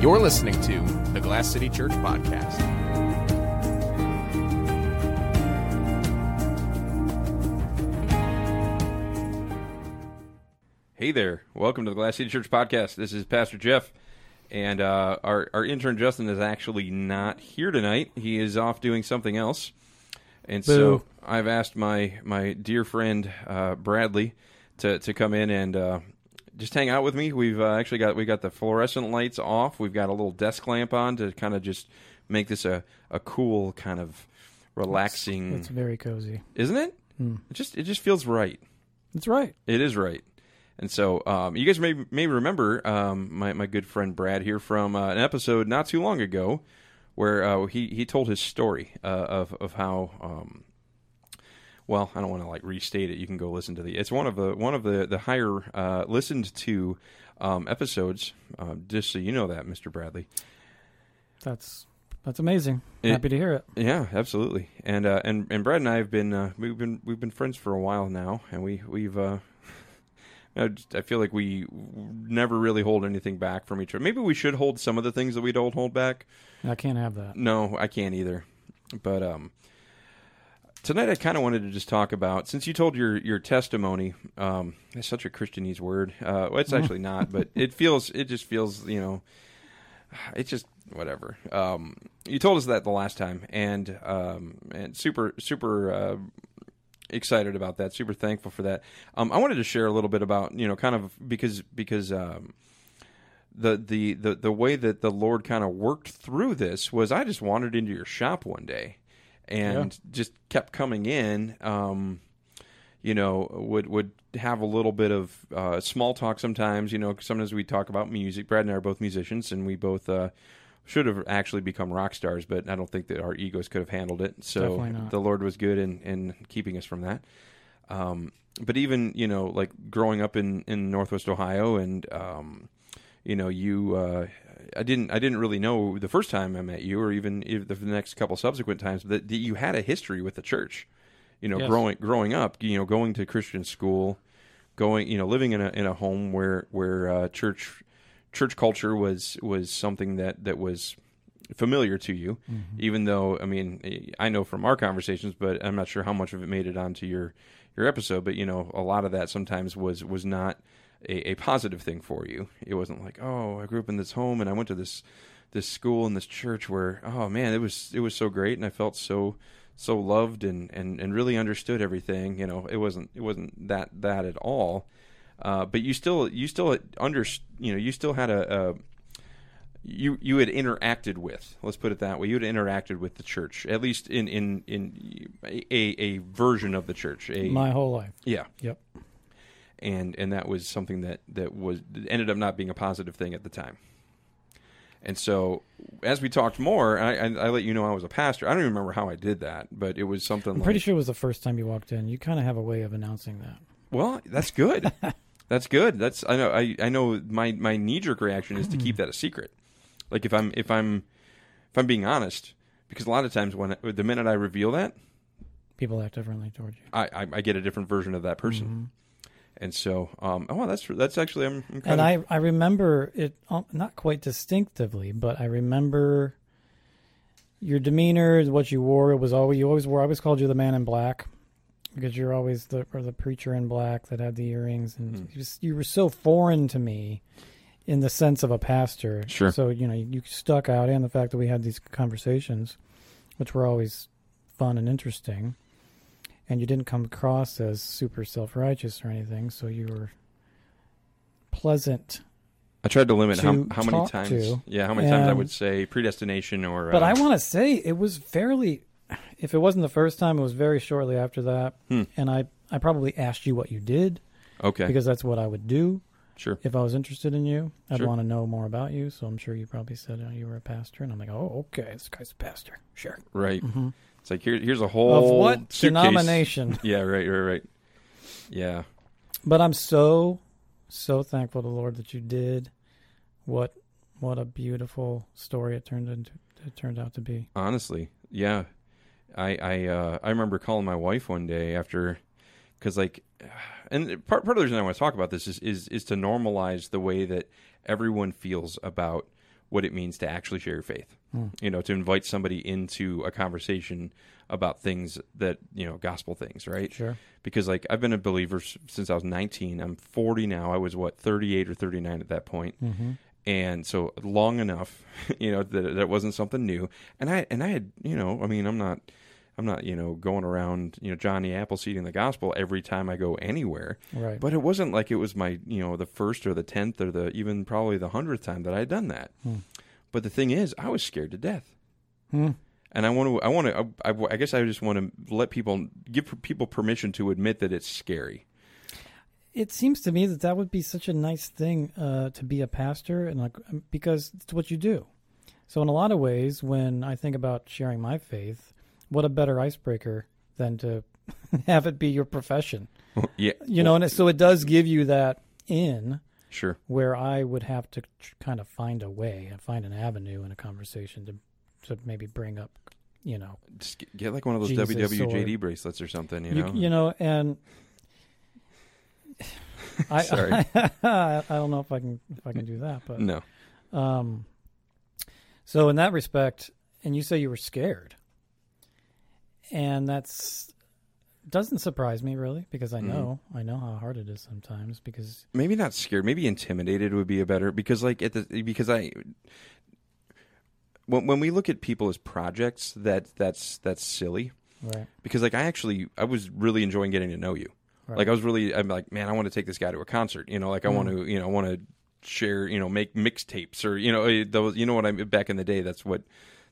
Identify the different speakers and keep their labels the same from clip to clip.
Speaker 1: You're listening to the Glass City Church Podcast.
Speaker 2: Hey there. Welcome to the Glass City Church podcast. This is Pastor Jeff. And uh, our, our intern Justin is actually not here tonight. He is off doing something else. And so
Speaker 3: Boo.
Speaker 2: I've asked my, my dear friend uh, Bradley to, to come in and uh, just hang out with me. We've uh, actually got we got the fluorescent lights off. We've got a little desk lamp on to kind of just make this a, a cool kind of relaxing,
Speaker 3: It's very cozy.
Speaker 2: isn't it? It just it just feels right.
Speaker 3: That's right.
Speaker 2: It is right. And so um, you guys may may remember um, my my good friend Brad here from uh, an episode not too long ago where uh, he he told his story uh, of of how. Um, well, I don't want to like restate it. You can go listen to the. It's one of the one of the the higher uh, listened to um, episodes. Uh, just so you know that, Mr. Bradley.
Speaker 3: That's that's amazing.
Speaker 2: It-
Speaker 3: Happy to hear it.
Speaker 2: Yeah, absolutely. And uh, and and Brad and I have been uh, we've been we've been friends for a while now, and we we've. Uh, I just- I feel like we never really hold anything back from each other. Maybe we should hold some of the things that we don't hold back.
Speaker 3: I can't have that.
Speaker 2: No, I can't either. But um, tonight I kind of wanted to just talk about since you told your your testimony. Um, that's such a Christianese word. Uh, well, it's actually not, but it feels it just feels you know, it's just whatever. Um, you told us that the last time, and um, and super super. Uh, excited about that super thankful for that um, i wanted to share a little bit about you know kind of because because um, the the the the way that the Lord kind of worked through this was I just wandered into your shop one day and just kept coming in um you know would would have a little bit of uh, small talk sometimes you know sometimes we talk about music Brad and I are both musicians and we both uh should have actually become rock stars, but I don't think that our egos could have handled it. So
Speaker 3: Definitely not.
Speaker 2: the Lord was good in, in keeping us from that. Um, but even you know, like growing up in, in Northwest Ohio, and um, you know, you uh, I didn't I didn't really know the first time I met you, or even if the next couple subsequent times that, that you had a history with the church. You know,
Speaker 3: Yes.
Speaker 2: growing growing up, you know, going to Christian school, going you know, living in a in a home where where uh, church church culture was was something that that was familiar to you even though i mean i know from our conversations but i'm not sure how much of it made it onto your your episode but you know a lot of that sometimes was was not a, a positive thing for you it wasn't like oh i grew up in this home and i went to this this school and this church where oh man it was it was so great and i felt so so loved and and and really understood everything you know it wasn't it wasn't that that at all uh, but you still you still under you know you still had a, a you you had interacted with let's put it that way you had interacted with the church at least in in in a a version of the church a
Speaker 3: My whole life.
Speaker 2: yeah
Speaker 3: Yep.
Speaker 2: and and that was something that that was that ended up not being a positive thing at the time and so as we talked more I, I i let you know i was a pastor i don't even remember how i did that but it was something
Speaker 3: I'm
Speaker 2: like
Speaker 3: pretty sure it was the first time you walked in. You kind of have a way of announcing that.
Speaker 2: Well, that's good. that's good. That's I know. I, I know. My my knee jerk reaction is to keep
Speaker 3: Hmm.
Speaker 2: that a secret. Like if I'm if I'm if I'm being honest, because a lot of times when the minute I reveal that,
Speaker 3: People act differently toward you.
Speaker 2: I I, I get a different version of that person.
Speaker 3: Mm-hmm.
Speaker 2: And so, um, oh, well, that's that's actually I'm, I'm kind
Speaker 3: And
Speaker 2: of,
Speaker 3: I I remember it um, not quite distinctively, but I remember your demeanor, what you wore. It was always you always wore. I always called you the man in black because you're always the or the preacher in black that had the earrings, and
Speaker 2: Hmm.
Speaker 3: you, just, you were so foreign to me in the sense of a pastor.
Speaker 2: Sure.
Speaker 3: So you know you stuck out, and the fact that we had these conversations, which were always fun and interesting. And you didn't come across as super self righteous or anything, so you were pleasant
Speaker 2: I tried to limit how,
Speaker 3: to
Speaker 2: how many
Speaker 3: talk
Speaker 2: times.
Speaker 3: to,
Speaker 2: yeah, how many times I
Speaker 3: um,
Speaker 2: would say predestination or.
Speaker 3: But
Speaker 2: uh,
Speaker 3: I want to say it was fairly, if it wasn't the first time, it was very shortly after that.
Speaker 2: Hmm.
Speaker 3: And I, I probably asked you what you did
Speaker 2: okay,
Speaker 3: because that's what I would do
Speaker 2: sure.
Speaker 3: if I was interested in you. I'd
Speaker 2: Sure.
Speaker 3: want to know more about you. So I'm sure you probably said oh, you were a pastor. And I'm like, oh, okay, this guy's a pastor. Sure.
Speaker 2: Right.
Speaker 3: Mhm.
Speaker 2: It's like here, here's a whole
Speaker 3: of what
Speaker 2: suitcase.
Speaker 3: denomination?
Speaker 2: Yeah, right, right, right. Yeah,
Speaker 3: But I'm so, so thankful to the Lord that you did what. What a beautiful story it turned into. It turned out to be.
Speaker 2: honestly yeah i i uh i remember calling my wife one day after because like and part, part of the reason i want to talk about this is, is is to normalize the way that everyone feels about what it means to actually share your faith. You know, to invite somebody into a conversation about things that you know, gospel things, right?
Speaker 3: Sure.
Speaker 2: Because like I've been a believer s- since I was 19. I'm 40 now. I was what 38 or 39 at that point.
Speaker 3: Mm-hmm.
Speaker 2: And so long enough, you know, that that wasn't something new. And I and I had, you know, I mean, I'm not I'm not, you know, going around, you know, Johnny Appleseed in the gospel every time I go anywhere.
Speaker 3: Right.
Speaker 2: But it wasn't like it was my, you know, the first or the tenth or the even probably the hundredth time that I had done that. But the thing is, I was scared to death,
Speaker 3: Hmm.
Speaker 2: and I want to, I want to, I, I guess I just want to let people give people permission to admit that it's scary.
Speaker 3: It seems to me that that would be such a nice thing uh, to be a pastor, and like um, because it's what you do. So in a lot of ways, when I think about sharing my faith, what a better icebreaker than to have it be your profession,
Speaker 2: yeah,
Speaker 3: you know? And it, so it does give you that in
Speaker 2: sure.
Speaker 3: where I would have to tr- kind of find a way and find an avenue in a conversation to to maybe bring up, you know,
Speaker 2: Just get, get like one of those
Speaker 3: Jesus
Speaker 2: WWJD bracelets or something, you
Speaker 3: you,
Speaker 2: know.
Speaker 3: you know, and I,
Speaker 2: Sorry.
Speaker 3: I don't know if I can if I can do that, but
Speaker 2: no,
Speaker 3: um, so in that respect, and you say you were scared, and that's doesn't surprise me really because I
Speaker 2: Mm-hmm.
Speaker 3: know I know how hard it is sometimes because
Speaker 2: maybe not scared. Maybe intimidated would be a better because like at the because I. When, when we look at people as projects, that that's that's silly.
Speaker 3: right
Speaker 2: because like I actually I was really enjoying getting to know you.
Speaker 3: Right.
Speaker 2: Like I was really I'm like man I want to take this guy to a concert. You know like I want to you know I want to share you know make mixtapes or you know eh, those you know what I am back in the day that's what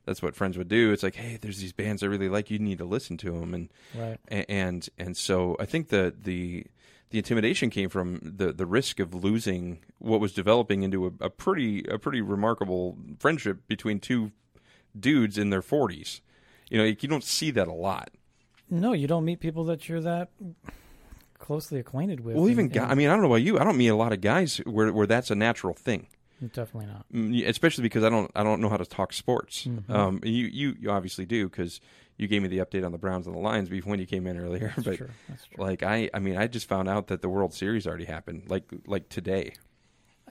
Speaker 2: that's what friends would do. It's like hey there's these bands I really like you need to listen to them and
Speaker 3: right
Speaker 2: a- and and so I think the the the intimidation came from the the risk of losing what was developing into a, a pretty a pretty remarkable friendship between two dudes in their 40s. You know, you don't see that a lot. Mm-hmm.
Speaker 3: no you don't meet people that you're that closely acquainted with
Speaker 2: Well,
Speaker 3: and-
Speaker 2: even guy, I mean, I don't know about you. I don't meet a lot of guys where where that's a natural thing,
Speaker 3: and definitely not
Speaker 2: Mm, especially because I don't I don't know how to talk sports. Um, you, you you obviously do because you gave me the update on the Browns and the Lions before when you came in earlier. but
Speaker 3: true. That's true.
Speaker 2: like I I mean I just found out that the World Series already happened like like today.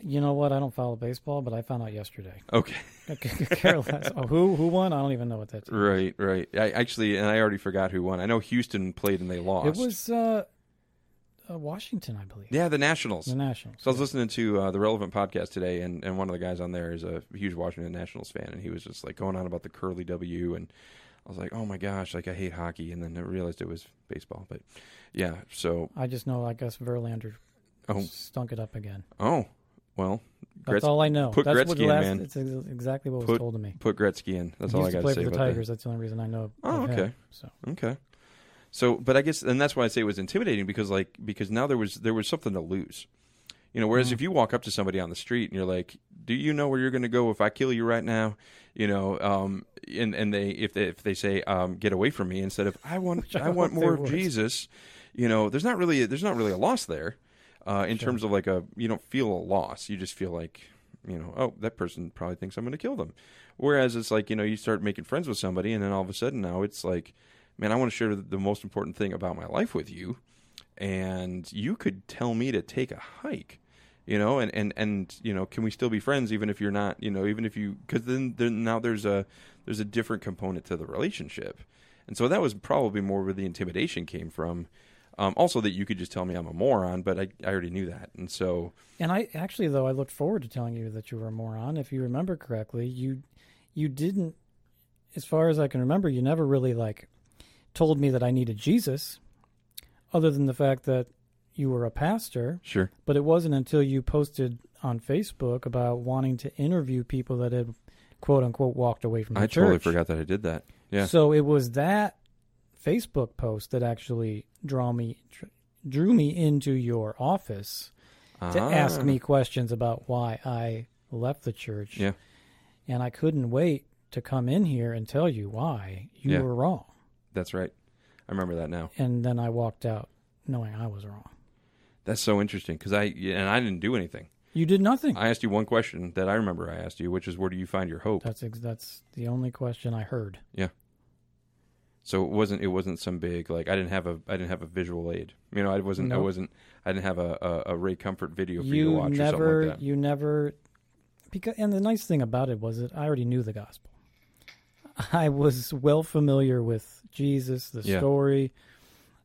Speaker 3: you know what I don't follow baseball but I found out yesterday
Speaker 2: Okay,
Speaker 3: I could care less. Oh, who who won? I don't even know what that.
Speaker 2: right, right. I actually and I already forgot who won. I know Houston played and they
Speaker 3: It
Speaker 2: lost.
Speaker 3: was uh, uh, Washington, I believe.
Speaker 2: yeah the Nationals.
Speaker 3: The Nationals.
Speaker 2: So I was listening to uh, the Relevant podcast today, and, and one of the guys on there is a huge Washington Nationals fan, and he was just like going on about the curly W, and I was like, oh my gosh, like I hate hockey, and then I realized it was baseball, but yeah, so
Speaker 3: I just know. I guess Verlander
Speaker 2: Oh.
Speaker 3: stunk it up again.
Speaker 2: oh well,
Speaker 3: That's
Speaker 2: Gretz-
Speaker 3: all I know.
Speaker 2: put
Speaker 3: That's what
Speaker 2: Gretzky in,
Speaker 3: last.
Speaker 2: man.
Speaker 3: It's ex- exactly what was
Speaker 2: Put-
Speaker 3: told to me.
Speaker 2: put Gretzky in. That's
Speaker 3: he
Speaker 2: all I
Speaker 3: used
Speaker 2: got
Speaker 3: to play
Speaker 2: to say
Speaker 3: for the
Speaker 2: about
Speaker 3: Tigers. That's the only reason I know.
Speaker 2: Oh,
Speaker 3: of him.
Speaker 2: okay.
Speaker 3: So
Speaker 2: that. Okay, so but I guess and that's why I say it was intimidating because like because now there was there was something to lose. You know, whereas
Speaker 3: Mm.
Speaker 2: if you walk up to somebody on the street and you're like, "Do you know where you're going to go if I kill you right now?" You know, um, and and they if they if they say, um, "Get away from me," instead of "I want I,
Speaker 3: I
Speaker 2: want
Speaker 3: hope they
Speaker 2: more of
Speaker 3: would.
Speaker 2: Jesus," you know, there's not really there's not really a loss there, uh, in terms of like a you don't feel a loss. You just feel like you know, oh, that person probably thinks I'm going to kill them. Whereas it's like you know, you start making friends with somebody, and then all of a sudden now it's like, man, I want to share the most important thing about my life with you and you could tell me to take a hike you know and and and you know can we still be friends even if you're not you know even if you because then then now there's a there's a different component to the relationship and so that was probably more where the intimidation came from um, also that you could just tell me i'm a moron but i, I already knew that and so
Speaker 3: And I actually, though, I looked forward to telling you that you were a moron. If you remember correctly, you you didn't, as far as I can remember, you never really like told me that I needed Jesus, other than the fact that you were a pastor.
Speaker 2: sure
Speaker 3: But it wasn't until you posted on Facebook about wanting to interview people that had quote unquote walked away from the
Speaker 2: i
Speaker 3: church.
Speaker 2: totally forgot that i did that yeah
Speaker 3: So it was that Facebook post that actually draw me drew me into your office to ask
Speaker 2: Ah.
Speaker 3: me questions about why I left the church.
Speaker 2: yeah
Speaker 3: And I couldn't wait to come in here and tell you why you
Speaker 2: Yeah.
Speaker 3: were wrong.
Speaker 2: that's right i remember that now
Speaker 3: And then I walked out knowing I was wrong.
Speaker 2: that's so interesting because i and i didn't do anything
Speaker 3: You did nothing.
Speaker 2: i asked you one question that i remember i asked you which is where do you find your hope
Speaker 3: that's ex- that's the only question I heard.
Speaker 2: So it wasn't it wasn't some big like I didn't have a I didn't have a visual aid. You know, I wasn't I
Speaker 3: Nope.
Speaker 2: wasn't I didn't have a, a, a Ray Comfort video for you, to
Speaker 3: You
Speaker 2: watch or something
Speaker 3: never
Speaker 2: like that.
Speaker 3: you never because and the nice thing about it was that I already knew the gospel. I was well familiar with Jesus, the
Speaker 2: Yeah.
Speaker 3: story,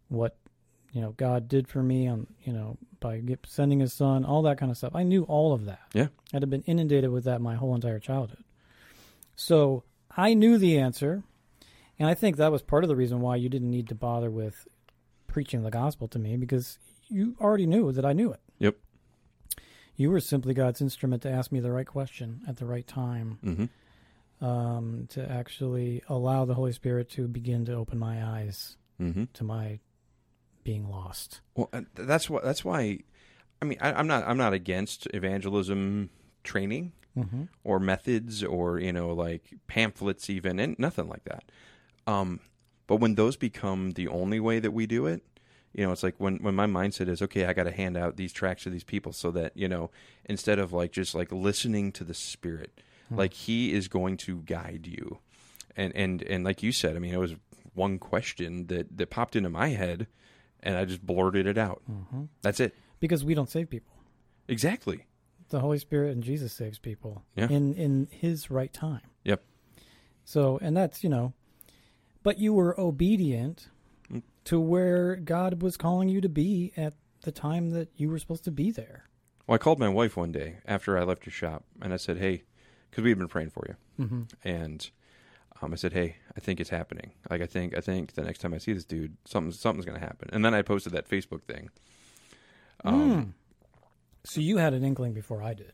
Speaker 3: what you know God did for me on you know by get- sending His Son, all that kind of stuff. I knew all of that.
Speaker 2: Yeah.
Speaker 3: I'd have been inundated with that my whole entire childhood. So I knew the answer, and I think that was part of the reason why you didn't need to bother with preaching the gospel to me because you already knew that I knew it.
Speaker 2: Yep.
Speaker 3: You were simply God's instrument to ask me the right question at the right time,
Speaker 2: Mm-hmm.
Speaker 3: um, to actually allow the Holy Spirit to begin to open my eyes
Speaker 2: Mm-hmm.
Speaker 3: to my being lost.
Speaker 2: Well, uh, th- that's why. That's why. I mean, I, I'm not. I'm not against evangelism training
Speaker 3: Mm-hmm.
Speaker 2: or methods or you know like pamphlets even and nothing like that. Um, but when those become the only way that we do it, you know, it's like when when my mindset is okay, I got to hand out these tracts to these people so that you know instead of like just like listening to the Spirit, like He is going to guide you, and and and like you said, I mean, it was one question that that popped into my head, and I just blurted it out.
Speaker 3: Mm-hmm.
Speaker 2: That's it.
Speaker 3: Because we don't save people.
Speaker 2: Exactly.
Speaker 3: The Holy Spirit and Jesus saves people
Speaker 2: Yeah.
Speaker 3: in in His right time.
Speaker 2: Yep.
Speaker 3: So, and that's you know, but you were obedient
Speaker 2: Mm.
Speaker 3: to where God was calling you to be at the time that you were supposed to be there.
Speaker 2: Well, I called my wife one day after I left your shop, and I said, "Hey," because we had been praying for you,
Speaker 3: Mm-hmm.
Speaker 2: and um, I said, "Hey, I think it's happening. Like, I think, I think the next time I see this dude, something, something's going to happen." And then I posted that Facebook thing. Um,
Speaker 3: So you had an inkling before I did.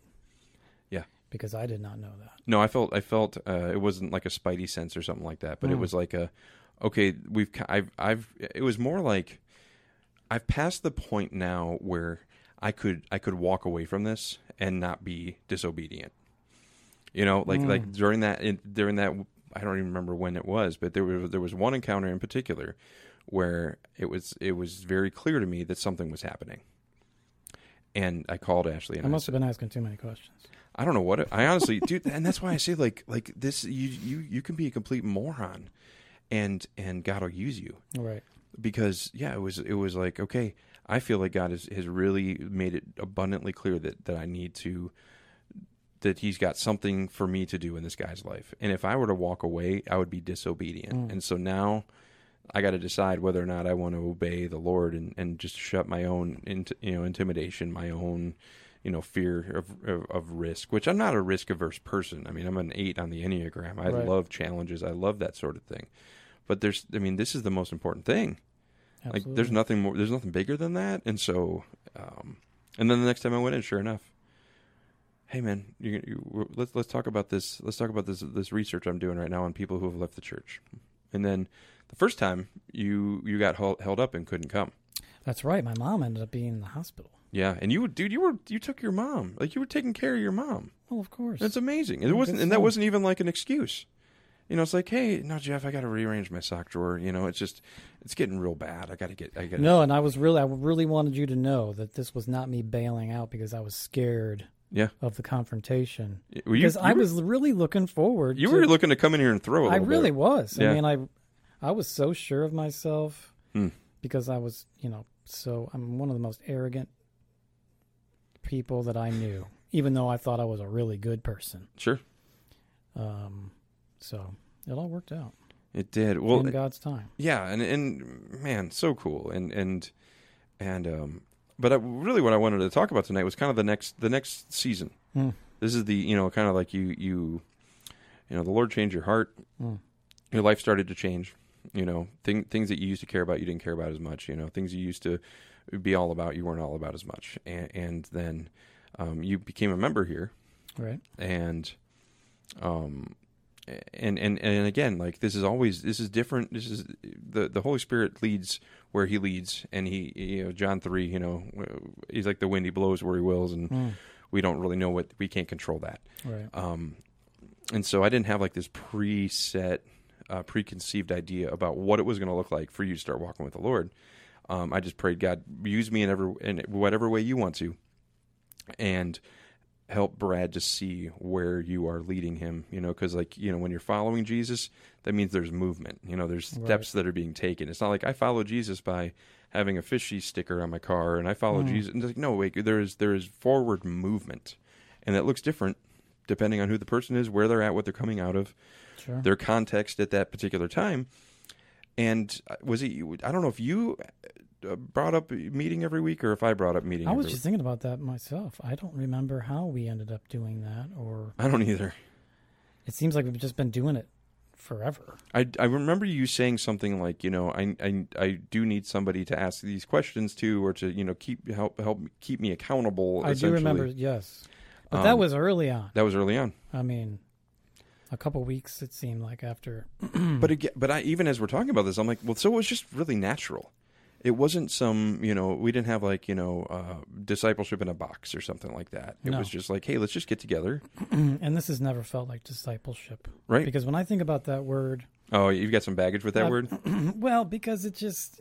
Speaker 2: Yeah.
Speaker 3: Because I did not know that.
Speaker 2: No, I felt, I felt uh, it wasn't like a spidey sense or something like that, but it
Speaker 3: Mm.
Speaker 2: was like a, okay, we've, ki- I've, I've, it was more like, I've passed the point now where I could, I could walk away from this and not be disobedient. You know, like,
Speaker 3: Mm.
Speaker 2: like during that, in, during that, I don't even remember when it was, but there was, there was one encounter in particular where it was, it was very clear to me that something was happening. And I called Ashley and
Speaker 3: I
Speaker 2: I
Speaker 3: must
Speaker 2: said,
Speaker 3: have been asking too many questions.
Speaker 2: I don't know what it, I honestly, dude, and that's why I say like like this. You you you can be a complete moron, and and God will use you
Speaker 3: All right.
Speaker 2: because yeah, it was it was like okay, I feel like God has has really made it abundantly clear that that I need to that He's got something for me to do in this guy's life, and if I were to walk away, I would be disobedient, and so now. I got to decide whether or not I want to obey the Lord and, and just shut my own int, you know intimidation, my own you know fear of, of of risk, which I'm not a risk averse person. I mean, I'm an eight on the enneagram. I
Speaker 3: Right.
Speaker 2: love challenges. I love that sort of thing. But there's, I mean, this is the most important thing.
Speaker 3: Absolutely.
Speaker 2: Like, there's nothing more. There's nothing bigger than that. And so, um, and then the next time I went in, sure enough, hey man, you, you, let's let's talk about this. Let's talk about this this research I'm doing right now on people who have left the church. And then the first time you you got held, held up and couldn't come.
Speaker 3: That's right. My mom ended up being in the hospital.
Speaker 2: Yeah, and you dude, you were you took your mom like you were taking care of your mom.
Speaker 3: Well, of course.
Speaker 2: That's amazing. And it
Speaker 3: Good
Speaker 2: wasn't, and
Speaker 3: for
Speaker 2: that
Speaker 3: him.
Speaker 2: wasn't even like an excuse. You know, it's like, hey, no, Jeff, I got to rearrange my sock drawer. You know, it's just, it's getting real bad. I got to get, I got to.
Speaker 3: no, and I was really, I really wanted you to know that this was not me bailing out because I was scared
Speaker 2: Yeah.
Speaker 3: of the confrontation.
Speaker 2: Well, you,
Speaker 3: Because
Speaker 2: you
Speaker 3: I
Speaker 2: were-
Speaker 3: was really looking forward.
Speaker 2: you
Speaker 3: to,
Speaker 2: were looking to come in here and throw a
Speaker 3: I
Speaker 2: little
Speaker 3: really
Speaker 2: bit.
Speaker 3: was.
Speaker 2: Yeah.
Speaker 3: I mean, I, I was so sure of myself
Speaker 2: Hmm.
Speaker 3: because I was, you know, so I'm one of the most arrogant people that I knew, even though I thought I was a really good person.
Speaker 2: Sure.
Speaker 3: Um, so it all worked out
Speaker 2: It did.
Speaker 3: in
Speaker 2: Well,
Speaker 3: God's time.
Speaker 2: yeah. And, and man, so cool. And, and, and, um, but I, really what I wanted to talk about tonight was kind of the next, the next season.
Speaker 3: Mm.
Speaker 2: This is the, you know, kind of like you, you, you know, the Lord changed your heart.
Speaker 3: Mm.
Speaker 2: your life started to change. You know, thing, things that you used to care about, you didn't care about as much. You know, things you used to be all about, you weren't all about as much. And, and then um, you became a member here,
Speaker 3: Right.
Speaker 2: and um, and and and again, like this is always this is different. This is the the Holy Spirit leads where He leads, and He you know John three. You know, He's like the wind; He blows where He wills, and
Speaker 3: Mm.
Speaker 2: we don't really know what we can't control that
Speaker 3: Right.
Speaker 2: um, and so I didn't have like this preset, uh, preconceived idea about what it was going to look like for you to start walking with the Lord. Um, I just prayed, God, use me in every in whatever way you want to, and help Brad to see where you are leading him. You know, because like you know, when you're following Jesus, that means there's movement. You know, there's
Speaker 3: Right.
Speaker 2: steps that are being taken. It's not like I follow Jesus by having a fishy sticker on my car, and I follow Jesus. And it's like, no, wait, there is there is forward movement, and that looks different depending on who the person is, where they're at, what they're coming out of,
Speaker 3: Sure.
Speaker 2: their context at that particular time. And uh, was it? you- I don't know if you uh, brought up a meeting every week or if I brought up meeting.
Speaker 3: I
Speaker 2: every
Speaker 3: was
Speaker 2: week.
Speaker 3: just thinking about that myself. I don't remember how we ended up doing that, or
Speaker 2: I don't either.
Speaker 3: it seems like we've just been doing it forever.
Speaker 2: I, I remember you saying something like, you know, I, I I do need somebody to ask these questions to, or to you know keep help help keep me accountable.
Speaker 3: I do
Speaker 2: essentially.
Speaker 3: remember, yes, but that
Speaker 2: Um,
Speaker 3: was early on.
Speaker 2: that was early on.
Speaker 3: I mean, a couple weeks it seemed like after.
Speaker 2: But again, but I even as we're talking about this, I'm like, well, so it was just really natural. It wasn't some, you know, we didn't have like, you know, uh, discipleship in a box or something like that. It
Speaker 3: No.
Speaker 2: was just like, hey, let's just get together,
Speaker 3: and this has never felt like discipleship,
Speaker 2: right?
Speaker 3: because when I think about that word,
Speaker 2: oh, you've got some baggage with that
Speaker 3: Uh,
Speaker 2: word,
Speaker 3: well, because it just,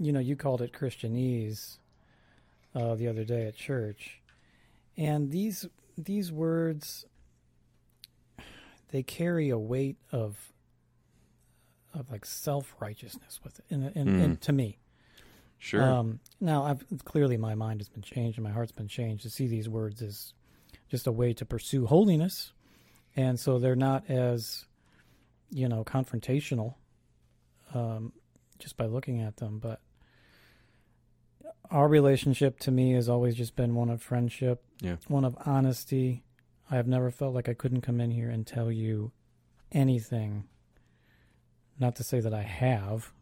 Speaker 3: you know, you called it Christianese uh, the other day at church, and these these words they carry a weight of of like self righteousness with it, in, in, in, to me.
Speaker 2: sure.
Speaker 3: Um, now, I've clearly my mind has been changed and my heart's been changed to see these words as just a way to pursue holiness, and so they're not as you know confrontational um, just by looking at them. But our relationship to me has always just been one of friendship,
Speaker 2: Yeah.
Speaker 3: one of honesty. I have never felt like I couldn't come in here and tell you anything. Not to say that I have.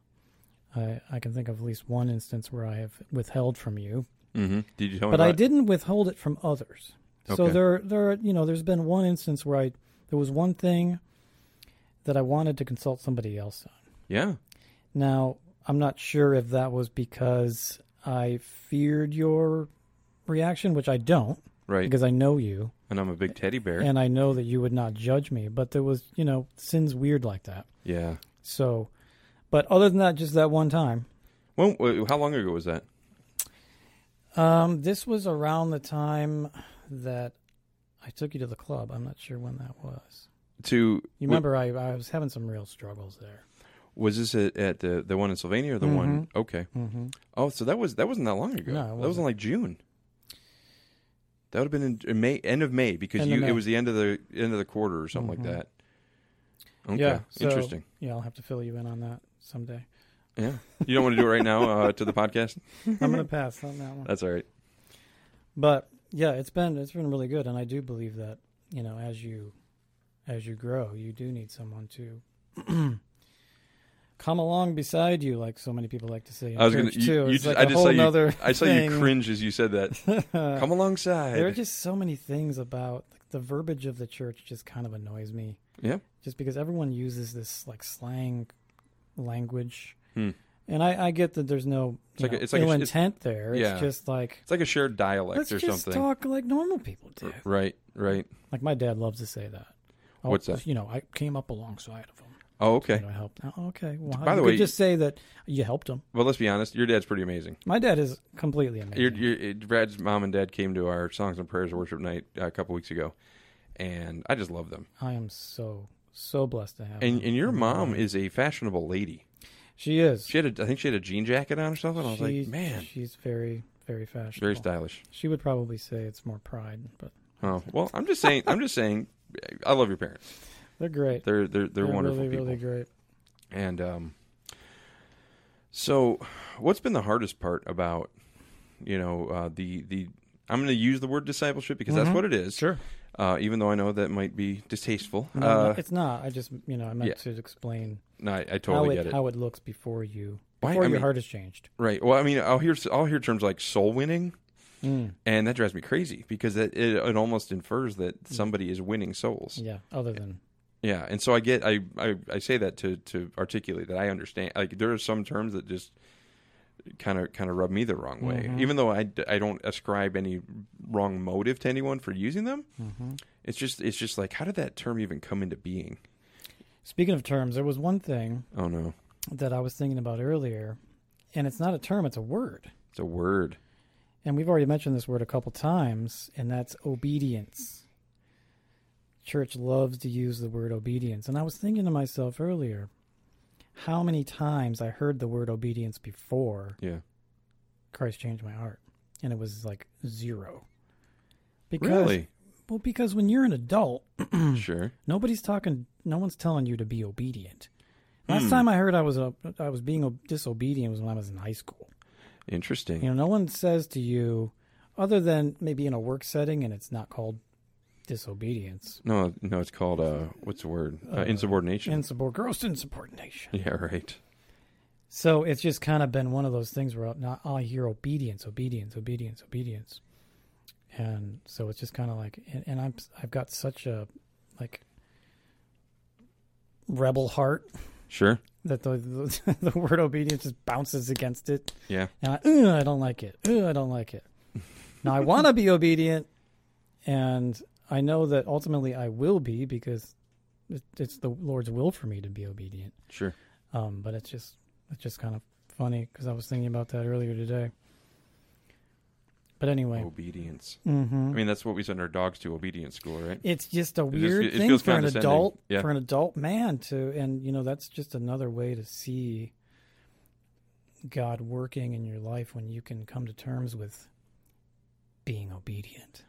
Speaker 3: I, I can think of at least one instance where I have withheld from you,
Speaker 2: hmm Did you tell me?
Speaker 3: but I
Speaker 2: about it?
Speaker 3: didn't withhold it from others. So
Speaker 2: Okay.
Speaker 3: there, there, you know, there's been one instance where I there was one thing that I wanted to consult somebody else on.
Speaker 2: Yeah.
Speaker 3: Now I'm not sure if that was because I feared your reaction, which I don't,
Speaker 2: Right.
Speaker 3: because I know you
Speaker 2: And I'm a big teddy bear.
Speaker 3: and I know that you would not judge me. But there was, you know, sins weird like that.
Speaker 2: yeah.
Speaker 3: So, but other than that, just that one time.
Speaker 2: Well, w- how long ago was that?
Speaker 3: Um, this was around the time that I took you to the club. I'm not sure when that was.
Speaker 2: To w-
Speaker 3: You remember, I, I was having some real struggles there.
Speaker 2: was this at, at the the one in Sylvania or the one? Okay.
Speaker 3: Mm-hmm.
Speaker 2: Oh, so that was that wasn't that long ago.
Speaker 3: No, it
Speaker 2: that was in
Speaker 3: wasn't.
Speaker 2: like June. That would have been in, in May, end of May, because
Speaker 3: End of
Speaker 2: you
Speaker 3: May. Mm-hmm.
Speaker 2: it was the end of the end of the quarter or something like that. Okay,
Speaker 3: Yeah, so-
Speaker 2: interesting.
Speaker 3: Yeah, I'll have to fill you in on that someday.
Speaker 2: Yeah, you don't want to do it right now uh, to the podcast.
Speaker 3: I'm gonna pass on that one.
Speaker 2: That's all right.
Speaker 3: But yeah, it's been it's been really good, and I do believe that you know as you as you grow, you do need someone to come along beside you, like so many people like to say. In
Speaker 2: I was gonna.
Speaker 3: church,
Speaker 2: You,
Speaker 3: too.
Speaker 2: you
Speaker 3: It's
Speaker 2: just,
Speaker 3: like
Speaker 2: I
Speaker 3: a
Speaker 2: just
Speaker 3: whole
Speaker 2: saw you.
Speaker 3: nother
Speaker 2: I saw you
Speaker 3: thing.
Speaker 2: cringe as you said that. Come alongside.
Speaker 3: There are just so many things about like, the verbiage of the church just kind of annoys me.
Speaker 2: Yeah.
Speaker 3: Just because everyone uses this like slang language,
Speaker 2: Hmm.
Speaker 3: and I, I get that there's no
Speaker 2: It's
Speaker 3: you
Speaker 2: like a-
Speaker 3: know,
Speaker 2: it's like a-
Speaker 3: ill
Speaker 2: it's-
Speaker 3: intent there.
Speaker 2: yeah.
Speaker 3: It's just like
Speaker 2: It's like a shared dialect
Speaker 3: let's
Speaker 2: or
Speaker 3: just
Speaker 2: something.
Speaker 3: talk like normal people do.
Speaker 2: R- Right. Right.
Speaker 3: Like my dad loves to say that. Oh,
Speaker 2: What's that?
Speaker 3: You know, I came up alongside of him.
Speaker 2: Oh,
Speaker 3: You
Speaker 2: okay.
Speaker 3: know, I helped. Oh, okay. Well,
Speaker 2: By
Speaker 3: you
Speaker 2: the
Speaker 3: could
Speaker 2: way-
Speaker 3: just say that you helped him.
Speaker 2: Well, let's be honest. Your dad's pretty amazing.
Speaker 3: My dad is completely amazing.
Speaker 2: Your, your, it- Brad's mom and dad came to our songs and prayers worship night uh, a couple weeks ago, and I just love them.
Speaker 3: I am so so blessed to have
Speaker 2: And
Speaker 3: him.
Speaker 2: and your mom is a fashionable lady.
Speaker 3: She is.
Speaker 2: She had a, I think she had a jean jacket on or something. I was
Speaker 3: She's-
Speaker 2: like, man,
Speaker 3: she's very, very fashionable.
Speaker 2: very stylish.
Speaker 3: She would probably say it's more pride, but
Speaker 2: Oh well, I'm just saying. I'm just saying. I love your parents.
Speaker 3: they're great.
Speaker 2: They're they're they're, wonderful
Speaker 3: really,
Speaker 2: people.
Speaker 3: really great.
Speaker 2: And um, so what's been the hardest part about you know uh, the the I'm going to use the word discipleship because that's what it is.
Speaker 3: Mm-hmm. Sure.
Speaker 2: Uh, even though I know that might be distasteful.
Speaker 3: No,
Speaker 2: uh,
Speaker 3: no, it's not. I just, you know, I meant
Speaker 2: yeah.
Speaker 3: to explain
Speaker 2: no, I, I
Speaker 3: how
Speaker 2: totally
Speaker 3: it,
Speaker 2: get it.
Speaker 3: how it looks before you,
Speaker 2: Why-
Speaker 3: before
Speaker 2: I
Speaker 3: your
Speaker 2: mean-
Speaker 3: heart is changed.
Speaker 2: Right. Well, I mean, I'll hear I'll hear terms like soul winning,
Speaker 3: Mm,
Speaker 2: and that drives me crazy because it it, it almost infers that
Speaker 3: Mm-hmm.
Speaker 2: somebody is winning souls.
Speaker 3: yeah. Other than
Speaker 2: Yeah, and so I get I, I I say that to to articulate that I understand. Like there are some terms that just kind of kind of rub me the wrong way, even though I, d- I don't ascribe any wrong motive to anyone for using them. It's just it's just like how did that term even come into being?
Speaker 3: speaking of terms, there was one thing
Speaker 2: Oh no,
Speaker 3: that I was thinking about earlier, and it's not a term; it's a word.
Speaker 2: it's a word.
Speaker 3: And we've already mentioned this word a couple times, and that's obedience. Church loves to use the word obedience. And I was thinking to myself earlier how many times I heard the word obedience before
Speaker 2: Yeah,
Speaker 3: Christ changed my heart. And it was like zero. Because
Speaker 2: really.
Speaker 3: Well, because when you're an adult,
Speaker 2: sure.
Speaker 3: nobody's talking. No one's telling you to be obedient. Last time I heard I was a, I was being ob- disobedient was when I was in high school.
Speaker 2: Interesting.
Speaker 3: You know, no one says to you, other than maybe in a work setting, and it's not called disobedience.
Speaker 2: No, no, it's called uh, what's the word? Uh, insubordination.
Speaker 3: Insubor- gross insubordination.
Speaker 2: yeah, right.
Speaker 3: So it's just kind of been one of those things where not I hear obedience, obedience, obedience, obedience, and so it's just kind of like, and, and I'm I've got such a like rebel heart
Speaker 2: Sure.
Speaker 3: that the the, the word obedience just bounces against it,
Speaker 2: Yeah.
Speaker 3: and I Ugh, I don't like it, Ugh, I don't like it. Now I want to be obedient, and I know that ultimately I will be because it, it's the Lord's will for me to be obedient.
Speaker 2: Sure.
Speaker 3: Um, but it's just it's just kind of funny because I was thinking about that earlier today. But anyway,
Speaker 2: Obedience.
Speaker 3: hmm
Speaker 2: Oh. I mean, that's what we send our dogs to obedience school, right?
Speaker 3: it's just a
Speaker 2: just
Speaker 3: weird
Speaker 2: fe- it
Speaker 3: thing
Speaker 2: feels
Speaker 3: for an
Speaker 2: condescending.
Speaker 3: adult
Speaker 2: Yeah.
Speaker 3: for an adult man to, and you know that's just another way to see God working in your life when you can come to terms with being obedient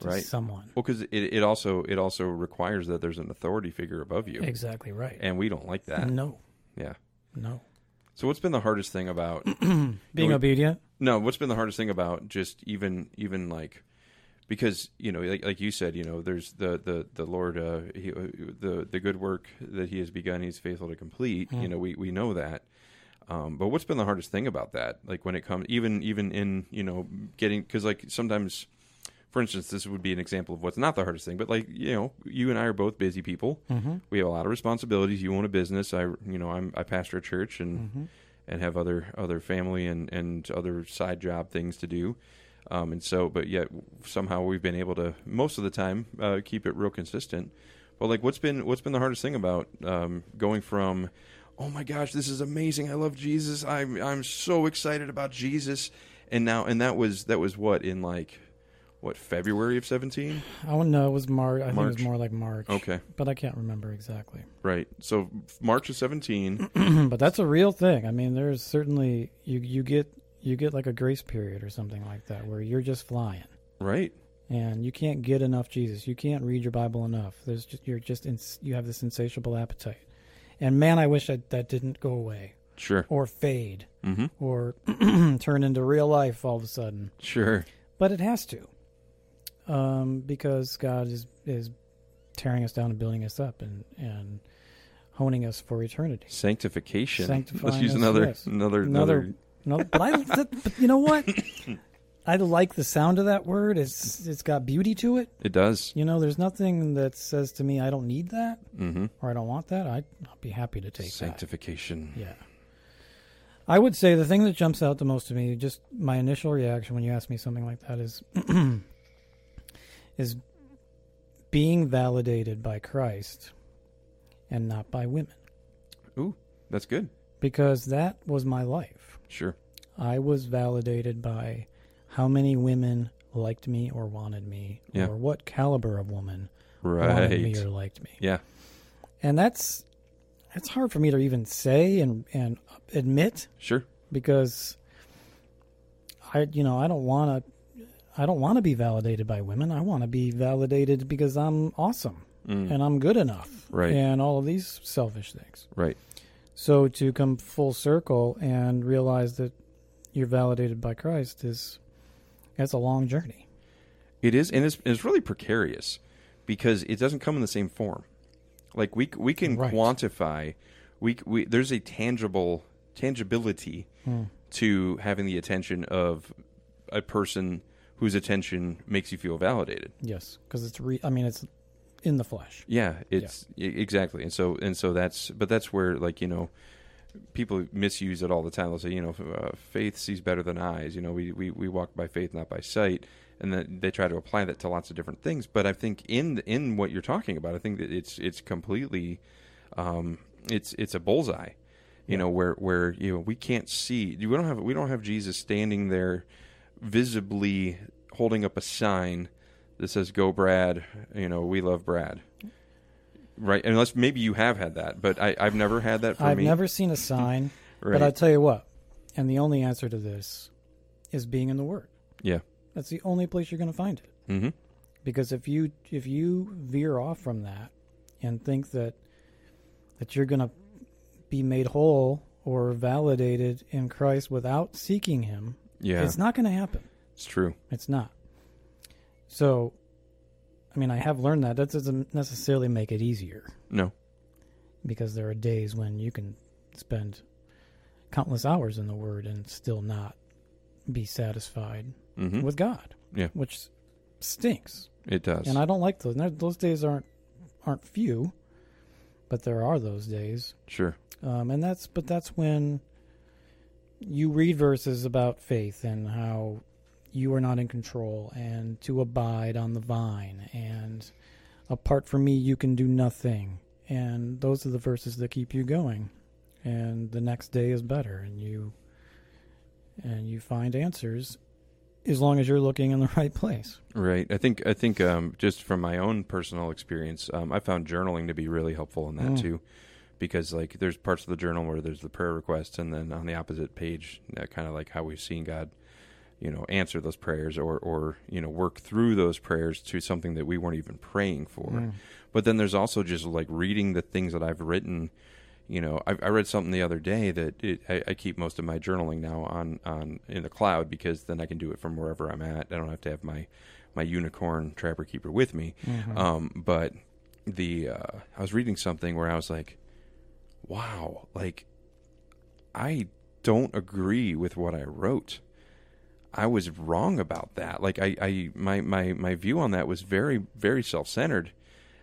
Speaker 3: to
Speaker 2: Right.
Speaker 3: someone.
Speaker 2: Well, because it, it also it also requires that there's an authority figure above you,
Speaker 3: Exactly right.
Speaker 2: and we don't like that.
Speaker 3: No,
Speaker 2: Yeah.
Speaker 3: no,
Speaker 2: So what's been the hardest thing about
Speaker 3: being
Speaker 2: we-
Speaker 3: obedient.
Speaker 2: No, what's been the hardest thing about just even even like because you know like, like you said you know there's the the the Lord uh, he, uh, the the good work that He has begun He's faithful to complete
Speaker 3: Mm-hmm.
Speaker 2: you know we we know that um, but what's been the hardest thing about that like when it comes even even in you know getting because like sometimes for instance this would be an example of what's not the hardest thing but like you know you and I are both busy people we have a lot of responsibilities you own a business I you know I'm I pastor a church and and have other other family and and other side job things to do um, and so but yet somehow we've been able to most of the time uh, keep it real consistent but like what's been what's been the hardest thing about um, going from oh my gosh this is amazing i love jesus i'm i'm so excited about jesus and now and that was that was what in like what february of 17
Speaker 3: I don't know. It was March. I think it
Speaker 2: March.
Speaker 3: was more like March.
Speaker 2: okay
Speaker 3: but I can't remember exactly.
Speaker 2: right so march of 17
Speaker 3: but that's a real thing. I mean, there's certainly you you get you get like a grace period or something like that where you're just flying
Speaker 2: right
Speaker 3: and you can't get enough Jesus. You can't read your Bible enough. There's just you're just in, you have this insatiable appetite. And man, I wish that that didn't go away
Speaker 2: sure
Speaker 3: or fade
Speaker 2: Mhm.
Speaker 3: or turn into real life all of a sudden.
Speaker 2: sure
Speaker 3: But it has to. Um, because God is is tearing us down and building us up and and honing us for eternity.
Speaker 2: sanctification.
Speaker 3: Sanctifying
Speaker 2: Let's use
Speaker 3: us,
Speaker 2: another,
Speaker 3: yes.
Speaker 2: another
Speaker 3: another
Speaker 2: another
Speaker 3: no but i but you know what i like the sound of that word it's it's got beauty to it
Speaker 2: It does.
Speaker 3: you know there's nothing that says to me i don't need that
Speaker 2: hmm
Speaker 3: or i don't want that i'd I'd be happy to take
Speaker 2: Sanctification.
Speaker 3: that yeah i would say the thing that jumps out the most to me just my initial reaction when you ask me something like that is is being validated by christ and not by women
Speaker 2: Ooh, that's good.
Speaker 3: because that was my life
Speaker 2: Sure.
Speaker 3: I was validated by how many women liked me or wanted me,
Speaker 2: Yeah.
Speaker 3: or what caliber of woman wanted me
Speaker 2: Right.
Speaker 3: or liked me.
Speaker 2: Yeah.
Speaker 3: And that's that's hard for me to even say and and admit
Speaker 2: Sure.
Speaker 3: because I you know I don't want to I don't want to be validated by women. I want to be validated because I'm awesome and I'm good enough,
Speaker 2: Right.
Speaker 3: And all of these selfish things.
Speaker 2: Right.
Speaker 3: So to come full circle and realize that you're validated by Christ is that's a long journey.
Speaker 2: It is, and it's, it's really precarious because it doesn't come in the same form. Like we c- we can
Speaker 3: Right.
Speaker 2: quantify. We, c- we there's a tangible tangibility to having the attention of a person whose attention makes you feel validated.
Speaker 3: Yes, because it's re- I mean it's in the flesh.
Speaker 2: Yeah, it's e- exactly, and so and so that's but that's where like you know people misuse it all the time. They'll say you know f- uh, faith sees better than eyes. You know we, we we walk by faith, not by sight, and then they try to apply that to lots of different things. But I think in in what you're talking about, I think that it's it's completely um, it's it's a bullseye. You know where where you know we can't see we don't have we don't have Jesus standing there visibly holding up a sign that says "Go Brad," you know we love Brad, right? Unless maybe you have had that, but I, I've never had that for
Speaker 3: I've
Speaker 2: me.
Speaker 3: never seen a sign,
Speaker 2: right?
Speaker 3: but I tell you what, and the only answer to this is being in the Word.
Speaker 2: yeah.
Speaker 3: That's the only place you're going to find it.
Speaker 2: Mm-hmm.
Speaker 3: because if you if you veer off from that and think that that you're going to be made whole or validated in Christ without seeking him,
Speaker 2: Yeah,
Speaker 3: it's not going to happen.
Speaker 2: it's true.
Speaker 3: It's not. So, I mean, I have learned that. That doesn't necessarily make it easier
Speaker 2: No.
Speaker 3: because there are days when you can spend countless hours in the Word and still not be satisfied
Speaker 2: hmm
Speaker 3: with God.
Speaker 2: Yeah.
Speaker 3: Which stinks.
Speaker 2: It does.
Speaker 3: And I don't like those. And Those days aren't aren't few, but there are those days.
Speaker 2: sure.
Speaker 3: Um, and that's but that's when you read verses about faith and how you are not in control and to abide on the vine and apart from me you can do nothing and those are the verses that keep you going and the next day is better and you and you find answers as long as you're looking in the right place
Speaker 2: Right. I think I think um, just from my own personal experience, um, I found journaling to be really helpful in that
Speaker 3: Mm.
Speaker 2: too, because like there's parts of the journal where there's the prayer requests, and then on the opposite page, uh, kind of like how we've seen God, you know, answer those prayers or or you know work through those prayers to something that we weren't even praying for. But then there's also just like reading the things that I've written. You know, I, I read something the other day that it, I, I keep most of my journaling now on on in the cloud because then I can do it from wherever I'm at. I don't have to have my my unicorn trapper keeper with me. Um, but the uh, I was reading something where I was like, wow, like I don't agree with what I wrote. I was wrong about that. Like I, I my, my, my view on that was very, very self centered.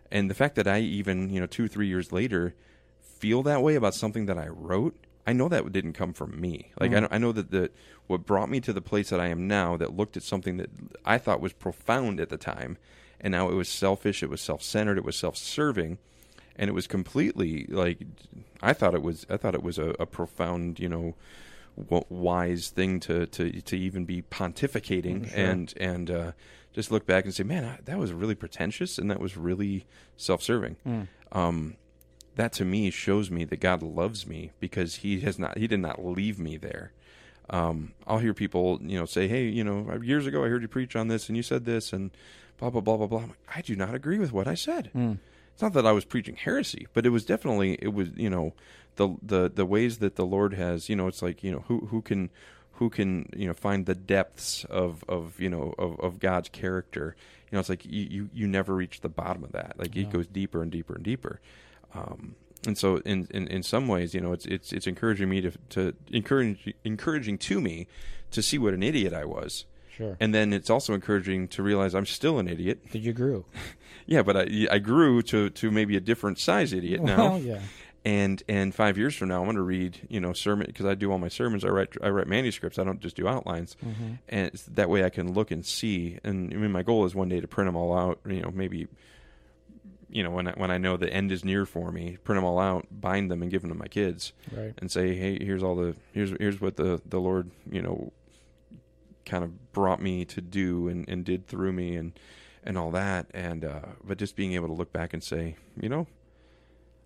Speaker 2: And the fact that I even, you know, two, three years later feel that way about something that I wrote, I know that didn't come from me. Like I, don't- I know that the, what brought me to the place that I am now that looked at something that I thought was profound at the time. And now it was selfish. It was self centered. It was self serving and it was completely like I thought it was I thought it was a, a profound you know w- wise thing to to to even be pontificating and and uh, just look back and say man I, that was really pretentious and that was really self serving. Um, that to me shows me that God loves me because He has not He did not leave me there. Um, I'll hear people, you know, say, "Hey, you know, years ago I heard you preach on this, and you said this, and blah blah blah blah blah." I'm like, I do not agree with what I said it's not that I was preaching heresy, but it was definitely it was you know the the the ways that the Lord has you know it's like you know who who can who can you know find the depths of of you know of, of God's character you know it's like you you, you never reach the bottom of that like it goes deeper and deeper and deeper um, and so in, in in some ways you know it's it's it's encouraging me to to encourage encouraging to me to see what an idiot I was
Speaker 3: sure
Speaker 2: and then it's also encouraging to realize I'm still an idiot
Speaker 3: did you grew
Speaker 2: yeah, but I, I grew to, to maybe a different size idiot now.
Speaker 3: well Oh, yeah
Speaker 2: And and five years from now, I'm going to read you know sermon because I do all my sermons. I write I write manuscripts. I don't just do outlines, and it's, that way I can look and see. And I mean, my goal is one day to print them all out. You know, maybe you know when I, when I know the end is near for me, print them all out, bind them, and give them to my kids
Speaker 3: right
Speaker 2: and say, "Hey, here's all the here's here's what the the Lord you know kind of brought me to do and and did through me and and all that." And uh, but just being able to look back and say, you know,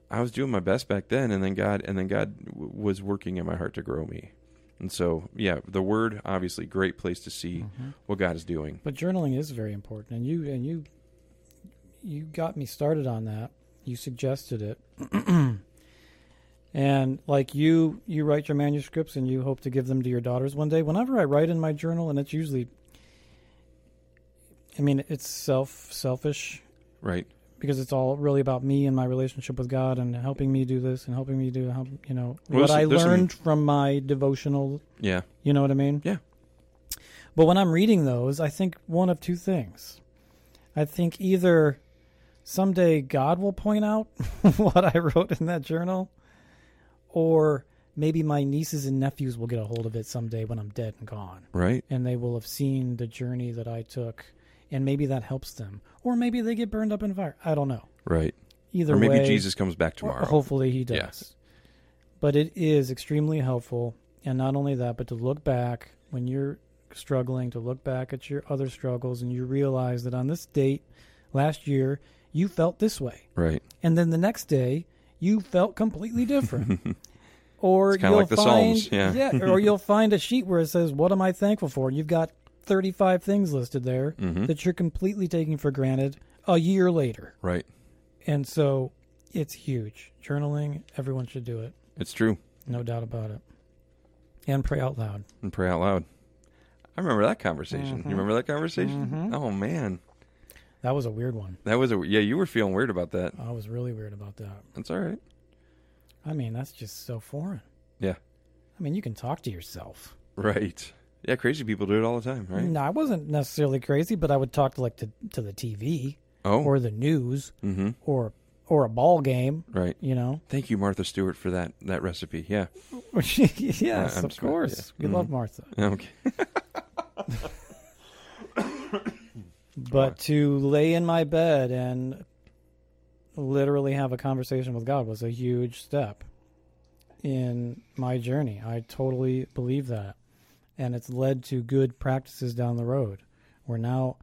Speaker 2: I was doing my best back then, and then God and then God w- was working in my heart to grow me. And so, yeah, the Word obviously great place to see what God is doing.
Speaker 3: But journaling is very important, and you and you you got me started on that. You suggested it, and like you you write your manuscripts and you hope to give them to your daughters one day. Whenever I write in my journal, and it's usually, I mean, it's self selfish
Speaker 2: Right?
Speaker 3: because it's all really about me and my relationship with God and helping me do this and helping me do help you know
Speaker 2: Well,
Speaker 3: what
Speaker 2: there's-
Speaker 3: I
Speaker 2: there's some-
Speaker 3: learned from my devotional
Speaker 2: Yeah.
Speaker 3: you know what I mean?
Speaker 2: Yeah.
Speaker 3: But when I'm reading those, I think one of two things. I think either someday God will point out what I wrote in that journal, or maybe my nieces and nephews will get a hold of it someday when I'm dead and gone.
Speaker 2: Right.
Speaker 3: And they will have seen the journey that I took, and maybe that helps them. Or maybe they get burned up in fire. I don't know.
Speaker 2: Right.
Speaker 3: Either
Speaker 2: or maybe
Speaker 3: way, oh.
Speaker 2: Jesus comes back
Speaker 3: or
Speaker 2: tomorrow.
Speaker 3: Hopefully he does.
Speaker 2: Yeah.
Speaker 3: But it is extremely helpful. And not only that, but to look back when you're struggling, to look back at your other struggles and you realize that on this date last year, you felt this way.
Speaker 2: Right.
Speaker 3: And then the next day, you felt completely different. Or
Speaker 2: It's kinda
Speaker 3: you'll
Speaker 2: like the
Speaker 3: find,
Speaker 2: Psalms, yeah.
Speaker 3: or you'll find a sheet where it says, "What am I thankful for?" And you've got 35 things listed there
Speaker 2: Mhm.
Speaker 3: that you're completely taking for granted a year later.
Speaker 2: Right.
Speaker 3: And so it's huge. Journaling, everyone should do it.
Speaker 2: It's true.
Speaker 3: No doubt about it. And pray out loud.
Speaker 2: And pray out loud. I remember that conversation.
Speaker 3: Mm-hmm.
Speaker 2: You remember that conversation? Oh man,
Speaker 3: That was a weird one.
Speaker 2: that was a yeah. You were feeling weird about that.
Speaker 3: I was really weird about that.
Speaker 2: That's all right.
Speaker 3: I mean, that's just so foreign.
Speaker 2: Yeah.
Speaker 3: I mean, you can talk to yourself.
Speaker 2: Right. Yeah. Crazy people do it all the time, right?
Speaker 3: No, I wasn't necessarily crazy, but I would talk to like to, to the TV
Speaker 2: Oh.
Speaker 3: or the news
Speaker 2: mm-hmm.
Speaker 3: or or a ball game,
Speaker 2: Right.
Speaker 3: you know.
Speaker 2: Thank you, Martha Stewart, for that that recipe. Yeah.
Speaker 3: yes,
Speaker 2: I'm
Speaker 3: of
Speaker 2: sorry,
Speaker 3: course.
Speaker 2: yeah. Mm-hmm.
Speaker 3: We love Martha.
Speaker 2: Okay.
Speaker 3: But to lay in my bed and literally have a conversation with God was a huge step in my journey. I totally believe that. And it's led to good practices down the road where now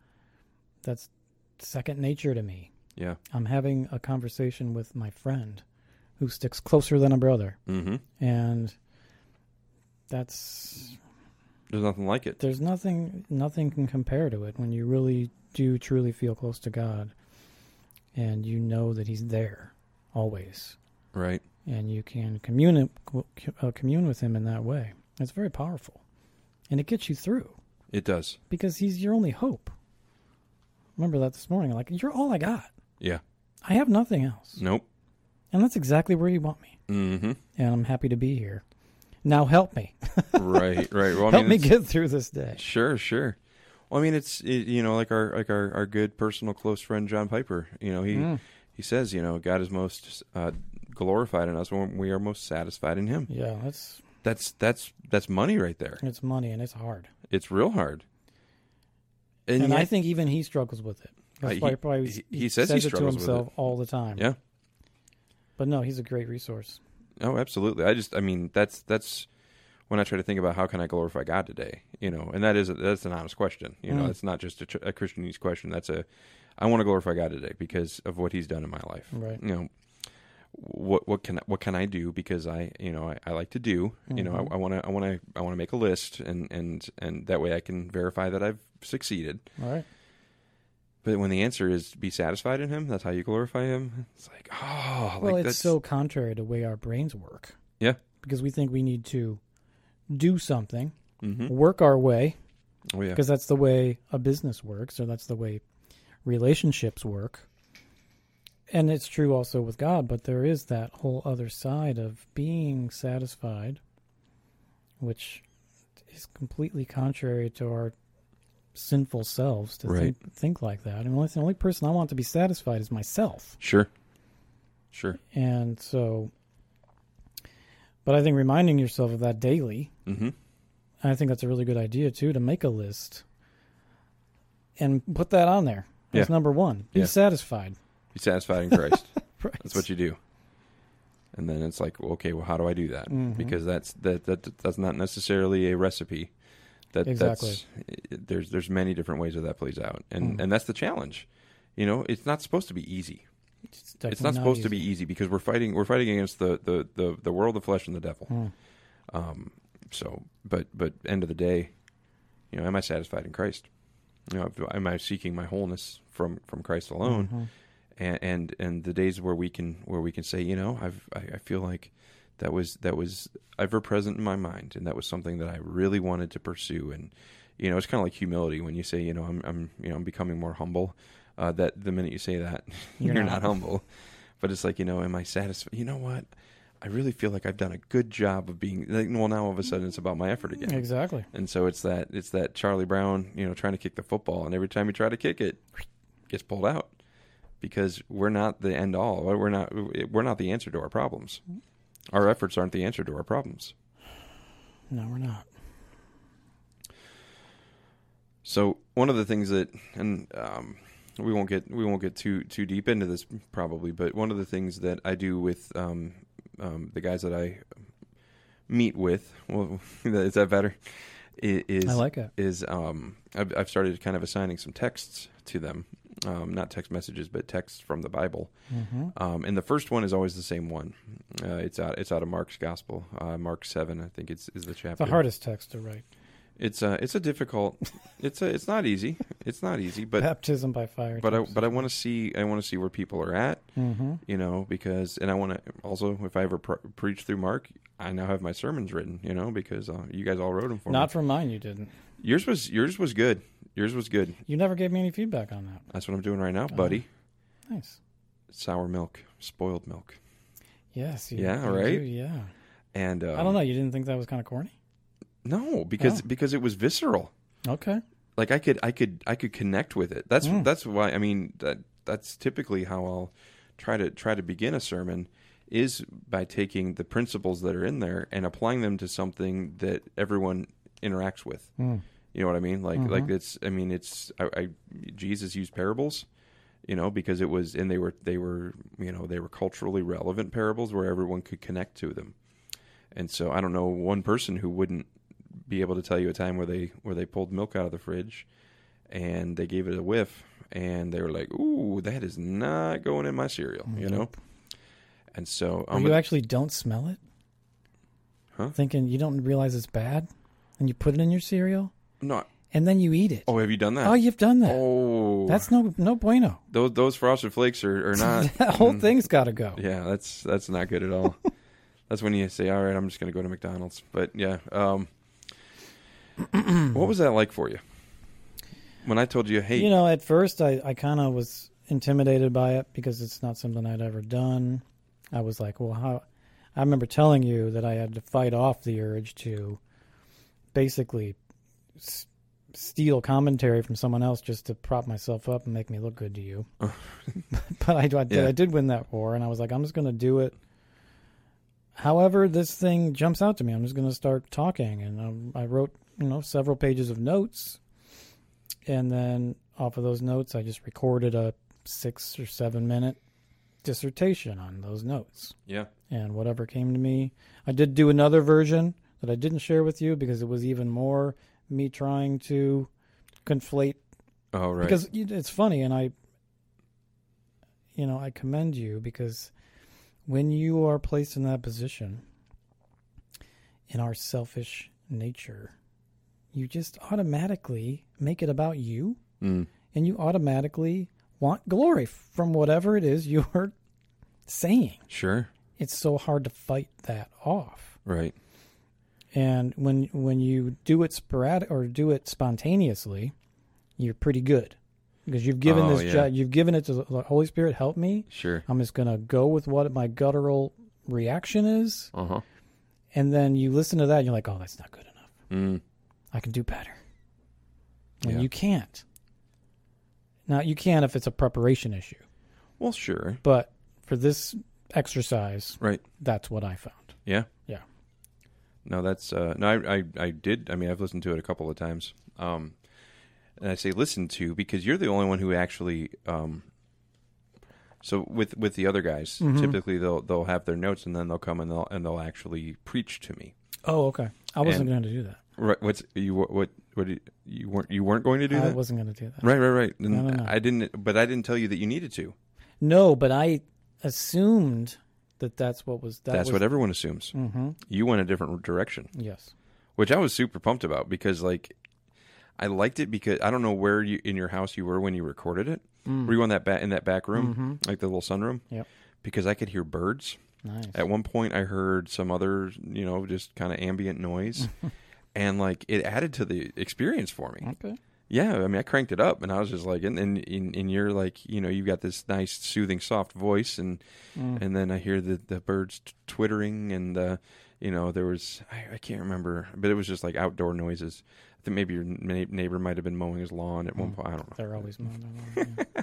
Speaker 3: that's second nature to me.
Speaker 2: Yeah.
Speaker 3: I'm having a conversation with my friend who sticks closer than a brother.
Speaker 2: Mm-hmm.
Speaker 3: And that's
Speaker 2: There's nothing like it.
Speaker 3: there's nothing nothing can compare to it when you really do truly feel close to God and you know that he's there always
Speaker 2: Right.
Speaker 3: and you can commune uh, commune with him in that way it's very powerful and it gets you through
Speaker 2: It does.
Speaker 3: because he's your only hope remember that this morning like you're all I got
Speaker 2: Yeah.
Speaker 3: I have nothing else
Speaker 2: Nope.
Speaker 3: and that's exactly where you want me
Speaker 2: Mm-hmm.
Speaker 3: and I'm happy to be here now help me
Speaker 2: right. Right. Well, I
Speaker 3: help
Speaker 2: mean,
Speaker 3: me
Speaker 2: it's-
Speaker 3: get through this day
Speaker 2: Sure, sure. Well, I mean, it's it, you know, like our like our, our good personal close friend John Piper. You know, he
Speaker 3: Hmm.
Speaker 2: he says, you know, God is most uh, glorified in us when we are most satisfied in Him.
Speaker 3: yeah that's
Speaker 2: That's that's that's money right there.
Speaker 3: it's money and it's hard
Speaker 2: It's real hard.
Speaker 3: and, I
Speaker 2: yet-
Speaker 3: think even he struggles with it. That's
Speaker 2: Uh,
Speaker 3: why
Speaker 2: he-
Speaker 3: probably
Speaker 2: he- he says he
Speaker 3: it to
Speaker 2: struggles with
Speaker 3: himself all the time.
Speaker 2: yeah.
Speaker 3: But no, he's a great resource.
Speaker 2: Oh, absolutely. I just, I mean, that's that's when I try to think about how can I glorify God today, you know, and that is that's an honest question, you know,
Speaker 3: Mm.
Speaker 2: it's not just a, tr- a Christianese question. That's a I want to glorify God today because of what He's done in my life,
Speaker 3: Right.
Speaker 2: You know, what what can I- what can I do because I you know I, I like to do, you know,
Speaker 3: Mm-hmm.
Speaker 2: I want to I want to I want to make a list and and and that way I can verify that I've succeeded.
Speaker 3: All right.
Speaker 2: But when the answer is be satisfied in Him, that's how you glorify Him. It's like oh,
Speaker 3: well,
Speaker 2: like
Speaker 3: it's
Speaker 2: that's,
Speaker 3: so contrary to the way our brains work
Speaker 2: yeah,
Speaker 3: because we think we need to do something,
Speaker 2: hmm
Speaker 3: work our way,
Speaker 2: oh yeah,
Speaker 3: because that's the way a business works or that's the way relationships work. And it's true also with God, but there is that whole other side of being satisfied, which is completely contrary to our sinful selves to
Speaker 2: Right.
Speaker 3: think, think like that. And the only- the only person I want to be satisfied is myself.
Speaker 2: sure, sure.
Speaker 3: And so, but I think reminding yourself of that daily
Speaker 2: Mm-hmm.
Speaker 3: I think that's a really good idea too to make a list and put that on there. That's
Speaker 2: Yeah.
Speaker 3: number one. Be
Speaker 2: Yeah.
Speaker 3: satisfied.
Speaker 2: Be satisfied in Christ.
Speaker 3: Right.
Speaker 2: that's what you do. And then it's like, well, okay, well, how do I do that?
Speaker 3: Mhm.
Speaker 2: Because that's that, that that's not necessarily a recipe. That that's it- there's there's many different ways that that plays out, and and that's the challenge. You know, it's not supposed to be easy.
Speaker 3: It's,
Speaker 2: it's not, supposed to be easy because we're fighting we're fighting against the the the, the world, the flesh, and the devil.
Speaker 3: Mm.
Speaker 2: Um. So, but but end of the day, you know, am I satisfied in Christ? You know, am I seeking my wholeness from from Christ alone?
Speaker 3: Mm-hmm.
Speaker 2: and and and the days where we can where we can say you know i've i, I feel like that was that was ever present in my mind and that was something that i really wanted to pursue and you know it's kind of like humility when you say you know i'm i'm you know i'm becoming more humble uh, that the minute you say that you're,
Speaker 3: You're
Speaker 2: not.
Speaker 3: not.
Speaker 2: humble but it's like you know am i satisfied you know what i really feel like i've done a good job of being like, well now all of a sudden it's about my effort again
Speaker 3: Exactly.
Speaker 2: and so it's that it's that Charlie Brown, you know, trying to kick the football, and every time you try to kick it, gets pulled out because we're not the end all. We're not we're not the answer to our problems. Our efforts aren't the answer to our problems.
Speaker 3: No, we're not.
Speaker 2: So one of the things that, and um, we won't get we won't get too too deep into this probably, but one of the things that I do with um, um, the guys that I meet with, well, is that better? I- Is
Speaker 3: I like it.
Speaker 2: is um, I've, I've started kind of assigning some texts to them, um, not text messages, but texts from the Bible.
Speaker 3: Mm-hmm.
Speaker 2: Um, and the first one is always the same one. Uh, it's out. It's out of Mark's Gospel, uh, Mark seven, I think it's is the
Speaker 3: It's the
Speaker 2: chapter.
Speaker 3: hardest text to write.
Speaker 2: It's a it's a difficult. It's a it's not easy. It's not easy, but
Speaker 3: Baptism by fire.
Speaker 2: but I but I want to see I want to see where people are at.
Speaker 3: hmm
Speaker 2: You know, because and I want to also if I ever pre- preach through Mark, I now have my sermons written. You know, because uh, you guys all wrote them for
Speaker 3: Not
Speaker 2: me.
Speaker 3: for mine. You didn't.
Speaker 2: Yours was yours was good. Yours was good.
Speaker 3: You never gave me any feedback on that.
Speaker 2: That's what I'm doing right now,
Speaker 3: Uh-huh.
Speaker 2: buddy.
Speaker 3: Nice.
Speaker 2: Sour milk, spoiled milk,
Speaker 3: Yes. You,
Speaker 2: Yeah,
Speaker 3: you
Speaker 2: right?
Speaker 3: do, yeah.
Speaker 2: and um,
Speaker 3: I don't know. You didn't think that was kind of corny?
Speaker 2: No, because
Speaker 3: Oh.
Speaker 2: because it was visceral.
Speaker 3: Okay.
Speaker 2: like I could I could I could connect with it. That's
Speaker 3: Mm.
Speaker 2: that's why I mean that that's typically how I'll try to try to begin a sermon is by taking the principles that are in there and applying them to something that everyone interacts with.
Speaker 3: Mm.
Speaker 2: You know what I mean? Like like
Speaker 3: Mm-hmm.
Speaker 2: it's I mean it's I, I Jesus used parables, you know, because it was and they were they were you know they were culturally relevant parables where everyone could connect to them. And so I don't know one person who wouldn't be able to tell you a time where they where they pulled milk out of the fridge and they gave it a whiff and they were like, "Ooh, that is not going in my cereal," you know. And so um,
Speaker 3: Or
Speaker 2: I'm
Speaker 3: you
Speaker 2: gonna-
Speaker 3: actually don't smell it?
Speaker 2: Huh?
Speaker 3: Thinking you don't realize it's bad, and you put it in your cereal,
Speaker 2: no.
Speaker 3: and then you eat it.
Speaker 2: Oh, have you done that?
Speaker 3: Oh, you've done that.
Speaker 2: Oh,
Speaker 3: That's no no bueno.
Speaker 2: those those frosted flakes are, are not. mm,
Speaker 3: that whole thing's got to go.
Speaker 2: Yeah, that's that's not good at all. that's when you say, "All right, I'm just going to go to McDonald's." But yeah, um, what was that like for you when I told you, "Hey,
Speaker 3: You know, at first I, I kind of was intimidated by it because it's not something I'd ever done. I was like, well, how? I remember telling you that I had to fight off the urge to basically s- steal commentary from someone else just to prop myself up and make me look good to you. but I, I did,
Speaker 2: Yeah.
Speaker 3: I did win that war, and I was like, I'm just going to do it. However, this thing jumps out to me. I'm just going to start talking, and um, I wrote, you know, several pages of notes, and then off of those notes, I just recorded a six or seven minute dissertation on those notes
Speaker 2: yeah,
Speaker 3: and whatever came to me. I did do another version that I didn't share with you because it was even more me trying to conflate
Speaker 2: oh right,
Speaker 3: because you- it's funny and I you know, I commend you because when you are placed in that position in our selfish nature, you just automatically make it about you
Speaker 2: Mm.
Speaker 3: and you automatically want glory from whatever it is you're saying
Speaker 2: sure,
Speaker 3: it's so hard to fight that off.
Speaker 2: right,
Speaker 3: And when when you do it sporadic or do it spontaneously, you're pretty good because you've given
Speaker 2: Oh,
Speaker 3: this
Speaker 2: yeah.
Speaker 3: ju- you've given it to the the Holy Spirit. Help me.
Speaker 2: sure,
Speaker 3: I'm just gonna go with what my guttural reaction is,
Speaker 2: uh huh,
Speaker 3: and then you listen to that. and You're like, oh, that's not good enough.
Speaker 2: mm.
Speaker 3: I can do better. And
Speaker 2: Yeah.
Speaker 3: you can't. Now you can if it's a preparation issue,
Speaker 2: well, sure,
Speaker 3: but for this exercise,
Speaker 2: right,
Speaker 3: that's what I found.
Speaker 2: yeah,
Speaker 3: Yeah.
Speaker 2: No, that's uh, no. I, I I did. I mean, I've listened to it a couple of times. Um, and I say listen to because you're the only one who actually. Um, so with with the other guys,
Speaker 3: Mm-hmm.
Speaker 2: typically they'll they'll have their notes and then they'll come and they'll and they'll actually preach to me.
Speaker 3: Oh, okay. I wasn't
Speaker 2: And-
Speaker 3: going to do that.
Speaker 2: Right? What's you what what, what do you, you weren't you weren't going to do
Speaker 3: I
Speaker 2: that?
Speaker 3: wasn't going to do that.
Speaker 2: Right, right, right. And
Speaker 3: No, no, no.
Speaker 2: I didn't, but I didn't tell you that you needed to.
Speaker 3: No, but I assumed that that's what was. That
Speaker 2: That's
Speaker 3: was, Mm.
Speaker 2: what everyone assumes. Mm-hmm. You went a different direction.
Speaker 3: Yes.
Speaker 2: which I was super pumped about because like I liked it because I don't know where you in your house you were when you recorded it. Were you on that back in that back room, like the little sunroom?
Speaker 3: Yep.
Speaker 2: Because I could hear birds.
Speaker 3: Nice.
Speaker 2: At one point, I heard some other, you know, just kind of ambient noise, and like it added to the experience for me.
Speaker 3: Okay.
Speaker 2: Yeah, I mean, I cranked it up, and I was just like, and and and, and you're like, you know, you've got this nice, soothing, soft voice, and
Speaker 3: Mm.
Speaker 2: and then I hear the the birds t- twittering, and uh, you know, there was I, I can't remember, but it was just like outdoor noises. I think maybe your na- neighbor might have been mowing his lawn at one point. I don't know.
Speaker 3: They're always mowing their lawn, yeah.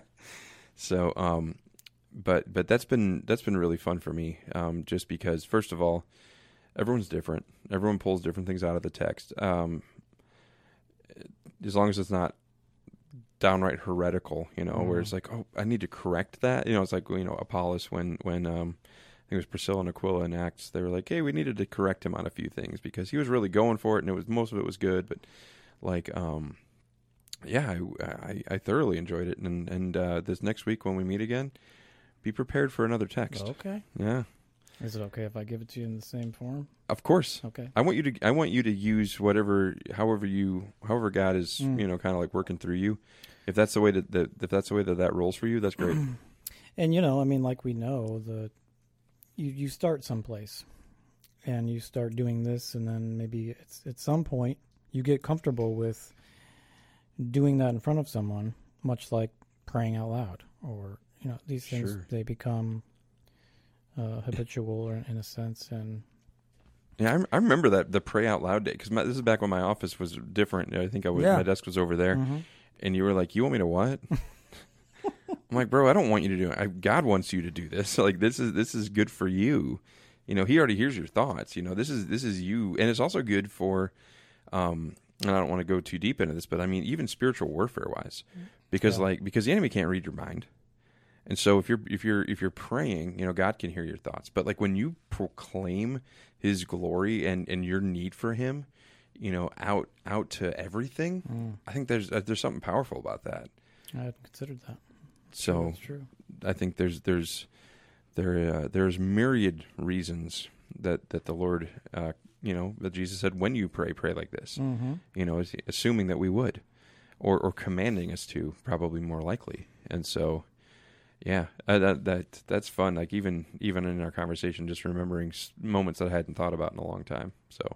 Speaker 2: So, um, but but that's been that's been really fun for me, um, just because first of all, everyone's different. Everyone pulls different things out of the text. Um, as long as it's not downright heretical, you know, where it's like, oh, I need to correct that. You know, it's like you know Apollos when when um, I think it was Priscilla and Aquila in Acts. They were like, hey, we needed to correct him on a few things because he was really going for it, and it was most of it was good, but like um yeah i i, I thoroughly enjoyed it and and uh this next week when we meet again be prepared for another text
Speaker 3: okay.
Speaker 2: yeah
Speaker 3: Is it okay if I give it to you in the same form?
Speaker 2: Of course.
Speaker 3: Okay.
Speaker 2: I want you to I want you to use whatever however you however God is,
Speaker 3: Mm.
Speaker 2: you know, kind of like working through you. If that's the way that, that if that's the way that that rolls for you, that's great.
Speaker 3: And you know, I mean, like we know the you you start someplace, and you start doing this, and then maybe it's at some point you get comfortable with doing that in front of someone, much like praying out loud, or you know, these things
Speaker 2: Sure.
Speaker 3: they become uh, habitual, or in a sense, and
Speaker 2: Yeah, I, I remember that the pray out loud day because this is back when my office was different. I think I was
Speaker 3: Yeah. Mm-hmm.
Speaker 2: my desk was over there, and you were like, "You want me to what?" I'm like, "Bro, I don't want you to do it. I, God wants you to do this. Like this is this is good for you. You know, He already hears your thoughts. You know, this is this is you, and it's also good for. Um, and I don't want to go too deep into this, but I mean, even spiritual warfare wise, because
Speaker 3: Yeah.
Speaker 2: like because the enemy can't read your mind. And so if you're if you're if you're praying, you know, God can hear your thoughts. But like when you proclaim his glory and and your need for him, you know, out out to everything, I think there's uh, there's something powerful about that.
Speaker 3: I hadn't considered that.
Speaker 2: So
Speaker 3: That's true.
Speaker 2: I think there's there's there uh, there's myriad reasons that that the Lord uh, you know, that Jesus said when you pray pray like this.
Speaker 3: Mm-hmm.
Speaker 2: You know, is assuming that we would or or commanding us to probably more likely. And so yeah, uh, that that that's fun. Like even even in our conversation, just remembering s- moments that I hadn't thought about in a long time. So,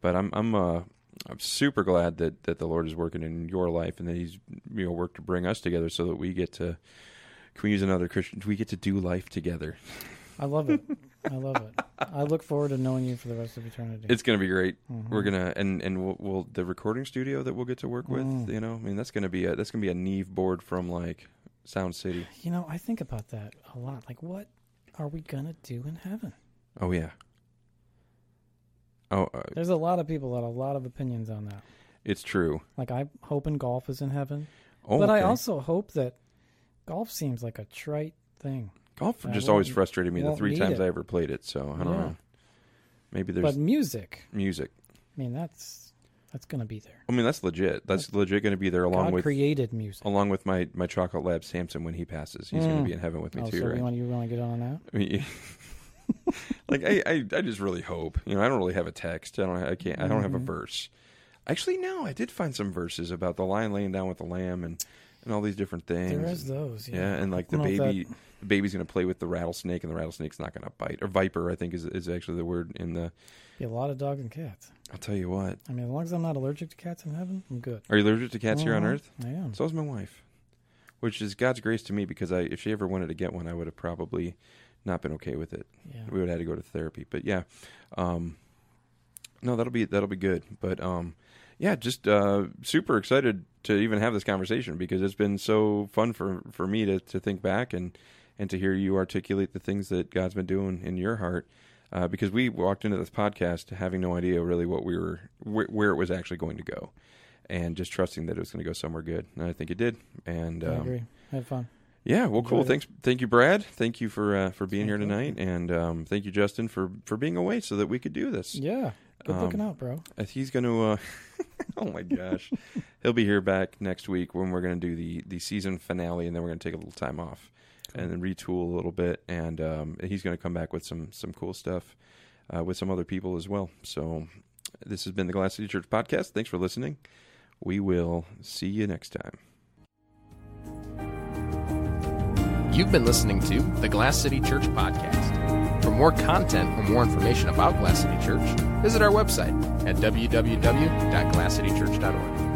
Speaker 2: but I'm I'm uh I'm super glad that that the Lord is working in your life and that He's you know worked to bring us together so that we get to can we use another Christian? We get to do life together.
Speaker 3: I love it. I love it. I look forward to knowing you for the rest of eternity.
Speaker 2: It's gonna be great.
Speaker 3: Mhm.
Speaker 2: We're gonna and and we'll, we'll the recording studio that we'll get to work with.
Speaker 3: Mm.
Speaker 2: You know, I mean that's gonna be a that's gonna be a Neve board from like Sound City.
Speaker 3: You know, I think about that a lot. Like, what are we gonna do in heaven?
Speaker 2: Oh yeah. Oh, uh,
Speaker 3: There's a lot of people that have a lot of opinions on that.
Speaker 2: it's true.
Speaker 3: Like, I'm hoping golf is in heaven,
Speaker 2: Oh,
Speaker 3: but I
Speaker 2: okay.
Speaker 3: also hope that golf seems like a trite thing.
Speaker 2: Golf
Speaker 3: I
Speaker 2: just always
Speaker 3: won't-
Speaker 2: frustrated me the
Speaker 3: won't
Speaker 2: three
Speaker 3: need
Speaker 2: times
Speaker 3: it.
Speaker 2: I ever played it, so I don't
Speaker 3: Yeah.
Speaker 2: know. Maybe there's
Speaker 3: but music,
Speaker 2: music.
Speaker 3: I mean, that's that's gonna be there.
Speaker 2: I mean, that's legit. That's, legit going to be there along
Speaker 3: God
Speaker 2: with
Speaker 3: created music.
Speaker 2: along with my my chocolate lab Samson when he passes. He's going to
Speaker 3: Mm.
Speaker 2: be in heaven with me
Speaker 3: oh,
Speaker 2: too,
Speaker 3: so
Speaker 2: right?
Speaker 3: you want you want to get on that?
Speaker 2: I mean, like I, I I just really hope. You know, I don't really have a text. I don't I can't I don't have a
Speaker 3: Mhm.
Speaker 2: verse. Actually, no, I did find some verses about the lion laying down with the lamb and and all these different things.
Speaker 3: There is those.
Speaker 2: Yeah, and like the
Speaker 3: I don't know if
Speaker 2: baby, the baby's gonna play with the rattlesnake, and the rattlesnake's not gonna bite. Or viper, I think is is actually the word in the.
Speaker 3: Be a lot of dogs and cats.
Speaker 2: I'll tell you what.
Speaker 3: I mean, as long as I'm not allergic to cats in heaven, I'm good.
Speaker 2: Are you allergic to cats here on
Speaker 3: Mhm.
Speaker 2: Earth?
Speaker 3: I am.
Speaker 2: So is my wife, which is God's grace to me because I, if she ever wanted to get one, I would have probably not been okay with it.
Speaker 3: Yeah.
Speaker 2: We would have had to go to therapy. But yeah, um, no, that'll be that'll be good. But um, yeah, just uh, super excited to even have this conversation because it's been so fun for for me to to think back and and to hear you articulate the things that God's been doing in your heart. Uh, because we walked into this podcast having no idea really what we were wh- where it was actually going to go, and just trusting that it was going to go somewhere good, and I think it did. And
Speaker 3: I
Speaker 2: um,
Speaker 3: agree. Had fun.
Speaker 2: yeah, well, cool.
Speaker 3: Enjoyed it.
Speaker 2: Thanks, thank you, Brad. Thank you for uh, for being here
Speaker 3: Thank you.
Speaker 2: tonight, and um, thank you, Justin, for for being away so that we could do this.
Speaker 3: Yeah. Good looking
Speaker 2: Um,
Speaker 3: out, bro.
Speaker 2: Uh, He's going to. Uh, oh my gosh, he'll be here back next week when we're going to do the the season finale, and then we're going to take a little time off and then retool a little bit, and um, he's going to come back with some some cool stuff uh, with some other people as well. So this has been the Glass City Church podcast. Thanks for listening. We will see you next time.
Speaker 1: You've been listening to the Glass City Church Podcast. For more content or more information about Glass City Church, visit our website at www.glasscitychurch.org.